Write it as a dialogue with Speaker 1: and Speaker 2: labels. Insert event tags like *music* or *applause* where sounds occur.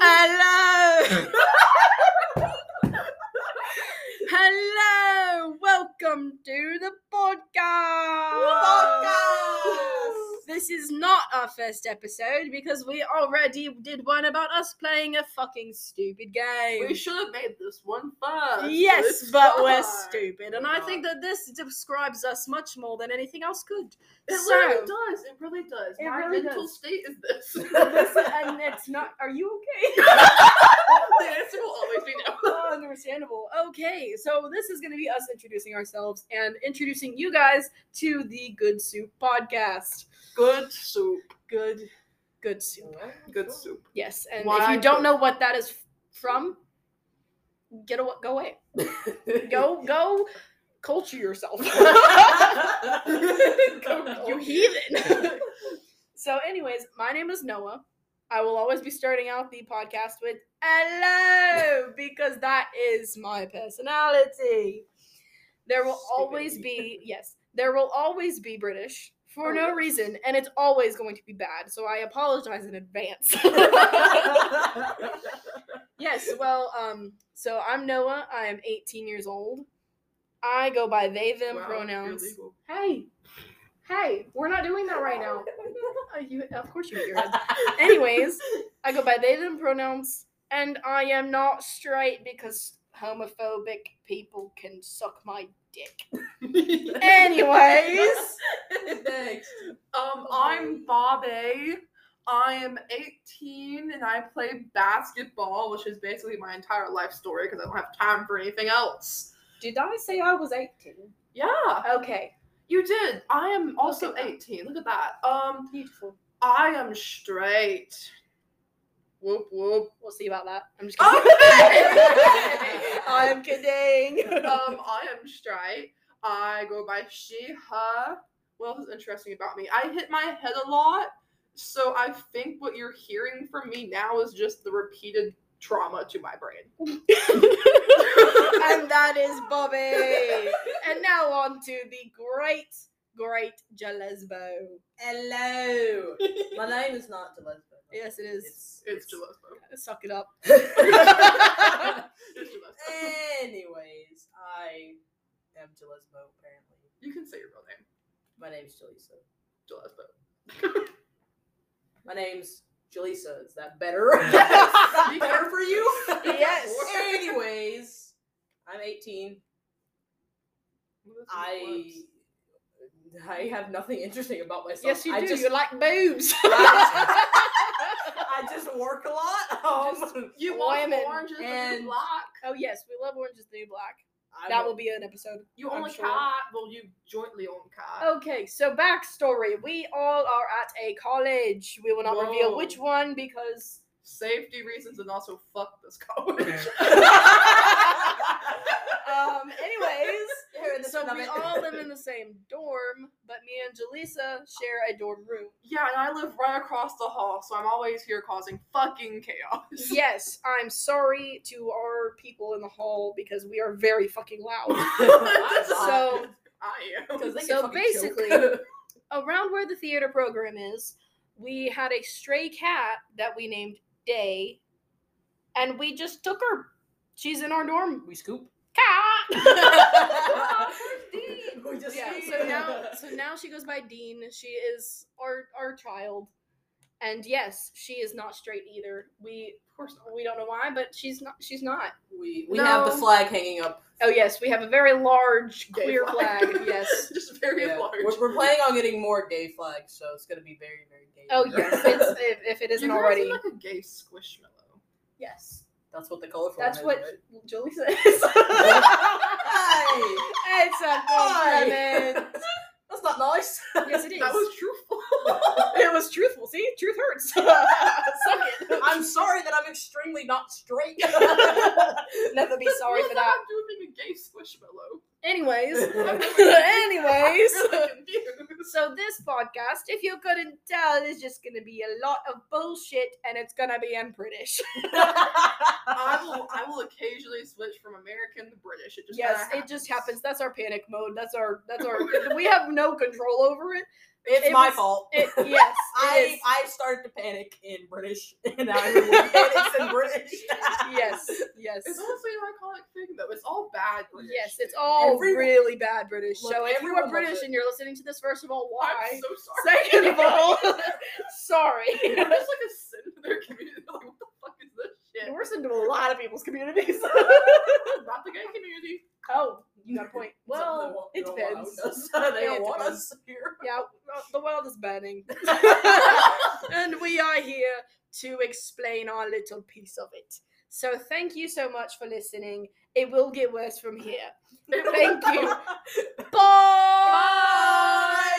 Speaker 1: Hello. Hello. Welcome to the podcast.
Speaker 2: Podcast.
Speaker 1: This is not our first episode because we already did one about us playing a fucking stupid game.
Speaker 2: We should have made this one first.
Speaker 1: Yes,
Speaker 2: It's
Speaker 1: but we're
Speaker 2: fine.
Speaker 1: stupid, and
Speaker 2: We're
Speaker 1: I
Speaker 2: not.
Speaker 1: think that this describes us much more than anything else could.
Speaker 2: It
Speaker 1: so,
Speaker 2: literally does. It really does.
Speaker 1: It
Speaker 2: My
Speaker 1: really
Speaker 2: mental
Speaker 1: does.
Speaker 2: state is this.
Speaker 1: *laughs* This- and it's not. Are you okay?
Speaker 2: *laughs* the answer will always be no.
Speaker 1: Oh, *laughs* Understandable. Okay, so this is going to be us introducing ourselves and introducing you guys to the Good Soup podcast.
Speaker 2: Good soup.
Speaker 1: Good, good soup.
Speaker 2: Good soup.
Speaker 1: Yes, and if
Speaker 2: Why
Speaker 1: you don't
Speaker 2: good?
Speaker 1: know what that is from, get away, go away,
Speaker 2: *laughs*
Speaker 1: go, go, culture yourself. *laughs* you
Speaker 2: *laughs*
Speaker 1: *laughs* heathen. so, anyways, my name is Noah. I will always be starting out the podcast with hello because that is my personality. There will always be, yes, there will always be British for
Speaker 2: Oh,
Speaker 1: no
Speaker 2: yes.
Speaker 1: reason, and it's always going to be bad. So I apologize in advance.
Speaker 2: *laughs*
Speaker 1: yes, well, um, so I'm Noah. I am 18 years old. I go by they, them
Speaker 2: Wow,
Speaker 1: pronouns.
Speaker 2: illegal.
Speaker 1: Hey, hey, we're not doing that
Speaker 2: *laughs*
Speaker 1: right now. Oh, you, of course you hit your head. Anyways, I go by they them pronouns, and I am not straight because homophobic people can suck my dick. Anyways,
Speaker 2: Thanks. *laughs*
Speaker 1: Oh,
Speaker 2: Um, I'm Bobby. I am 18 and I play basketball, which is basically my entire life story because I don't have time for anything else.
Speaker 1: *laughs* did I say I was 18?
Speaker 2: Yeah,
Speaker 1: Okay,
Speaker 2: you did. I am also
Speaker 1: at that.
Speaker 2: 18. Look at that. Um,
Speaker 1: beautiful.
Speaker 2: I am straight. Whoop whoop.
Speaker 1: We'll see about that. I'm just kidding. *laughs*
Speaker 2: Okay.
Speaker 1: I'm kidding.
Speaker 2: um, I am straight. I go by she, her. What else is interesting about me? I hit my head a lot, so I think what you're hearing from me now is just the repeated trauma to my brain.
Speaker 1: and that is Bobby. And now on to the great, great Jalesbo.
Speaker 3: Hello. My name is not Delesbo.
Speaker 1: Yes, it is.
Speaker 2: it's Jalesbo.
Speaker 1: Suck it up.
Speaker 2: It's Jalesbo.
Speaker 3: *laughs* Anyways, I am Delesbo apparently.
Speaker 2: You can say your real name,
Speaker 3: My name's Jaleesa.
Speaker 2: Jalesbo.
Speaker 3: My name's Jaleesa. Is that better?
Speaker 1: *laughs*
Speaker 3: Is
Speaker 2: Yes.
Speaker 3: that better for you?
Speaker 1: Yes.
Speaker 3: Anyways, I'm 18. I I have nothing interesting about myself.
Speaker 1: Yes, you
Speaker 3: I
Speaker 1: do.
Speaker 3: Just, *laughs*
Speaker 1: you like boobs.
Speaker 3: I just work a lot. Um,
Speaker 2: You want
Speaker 1: Women
Speaker 2: oranges and
Speaker 3: and-
Speaker 2: block.
Speaker 1: oh yes, we love Orange is the New Black.
Speaker 3: I
Speaker 1: that
Speaker 3: will- *laughs*
Speaker 1: will be an episode.
Speaker 2: You
Speaker 1: I'm
Speaker 2: own a
Speaker 1: sure. Oh.
Speaker 2: cat. Well, you jointly own cat.
Speaker 1: Okay, so backstory: we all are at a college. We will not reveal
Speaker 2: Whoa.
Speaker 1: which one because
Speaker 2: safety reasons and also fuck this
Speaker 3: *laughs*
Speaker 2: college.
Speaker 1: *laughs* Um, anyways,
Speaker 3: Here, this
Speaker 1: so
Speaker 3: one,
Speaker 1: we
Speaker 3: I'm in.
Speaker 1: *laughs* all live in the same dorm, but me and Jaleesa share a dorm room.
Speaker 2: yeah, and I live right across the hall, so I'm always here causing fucking
Speaker 3: *laughs*
Speaker 2: chaos. *laughs*
Speaker 1: Yes, I'm sorry to our people in the hall because we are very
Speaker 2: *laughs*
Speaker 1: fucking loud. so,
Speaker 2: I am.
Speaker 3: 'Cause they
Speaker 1: so
Speaker 3: can fucking choke.
Speaker 1: basically- around where the theater program is, we had a stray cat that we named Day, and we just took her. She's in our dorm.
Speaker 3: *laughs* we scoop.
Speaker 1: Cat. *laughs*
Speaker 3: we just
Speaker 1: Yeah.
Speaker 3: scoop.
Speaker 1: So now, so now she goes by Dean. She is our our child, and yes, she is not straight either. We of course we don't know why, but she's not. She's not.
Speaker 3: we we have the
Speaker 1: No.
Speaker 3: flag hanging up.
Speaker 1: Oh yes, we have a very large
Speaker 2: *laughs* Gay
Speaker 1: queer flag. *laughs* Yes.
Speaker 2: *laughs* Just very
Speaker 3: Yeah.
Speaker 2: large.
Speaker 3: We're, we're planning on getting more gay flags, so it's gonna be very very gay.
Speaker 1: Oh
Speaker 3: *laughs*
Speaker 1: yes, it's, if, if it
Speaker 2: You
Speaker 1: isn't
Speaker 2: guys
Speaker 1: already.
Speaker 2: look like a gay
Speaker 1: *laughs*
Speaker 2: squishmallow.
Speaker 1: Yes.
Speaker 3: that's what the colorful.
Speaker 1: That's
Speaker 3: one
Speaker 1: what *laughs*
Speaker 3: is,
Speaker 1: Julie says.
Speaker 3: right? Hey,
Speaker 1: it's *laughs* a compliment.
Speaker 3: *laughs* that's not nice.
Speaker 1: Oh, yes, it is.
Speaker 2: That was
Speaker 1: *laughs*
Speaker 2: truthful.
Speaker 1: it was truthful. See, truth hurts. *laughs* Suck it.
Speaker 3: *laughs* I'm sorry that I'm extremely
Speaker 1: *laughs*
Speaker 3: not straight. *laughs*
Speaker 1: Never be sorry
Speaker 2: What
Speaker 1: for
Speaker 2: does
Speaker 1: that. *laughs*
Speaker 2: have to do with being a gay squishmallow.
Speaker 1: Anyways,
Speaker 2: I'm
Speaker 1: anyways. *laughs*
Speaker 2: really confused.
Speaker 1: So this podcast, if you couldn't tell, is just gonna be a lot of bullshit, and it's gonna be in British.
Speaker 2: I will I will occasionally switch from American to British. It just kinda
Speaker 1: yes, it just happens. That's our panic mode. That's our. That's our. we have no control over it.
Speaker 3: it's
Speaker 1: It
Speaker 3: my
Speaker 1: was-
Speaker 3: fault.
Speaker 1: It yes, it
Speaker 3: I,
Speaker 1: is.
Speaker 3: I started to panic in British, *laughs* and now everyone panics in
Speaker 1: *laughs*
Speaker 3: British.
Speaker 1: yes, yes,
Speaker 2: It's honestly an iconic thing though. It's all bad British.
Speaker 1: yes. It's all
Speaker 3: Everyone-
Speaker 1: really bad British.
Speaker 3: Look,
Speaker 1: so if you
Speaker 3: everyone
Speaker 1: are
Speaker 3: loves
Speaker 1: British
Speaker 3: it.
Speaker 1: and you're listening to this, first of all,
Speaker 2: I'm
Speaker 1: why?
Speaker 2: so *laughs* sorry.
Speaker 1: *laughs* Second of all, *laughs* sorry.
Speaker 2: It's just like a sin to their community. *laughs* They're like, what the fuck is this shit?
Speaker 1: We're sent to a lot of people's communities.
Speaker 2: Not the gay community.
Speaker 1: oh, you got a point. Well,
Speaker 3: they
Speaker 1: it
Speaker 3: don't want
Speaker 1: depends.
Speaker 3: *laughs* us. They
Speaker 1: It
Speaker 3: don't want
Speaker 1: depends.
Speaker 3: us here.
Speaker 1: Yeah, well, the world is burning. and we are here to explain our little piece of it. So thank you so much for listening. It will get worse from here. Thank you. Bye.
Speaker 3: Bye.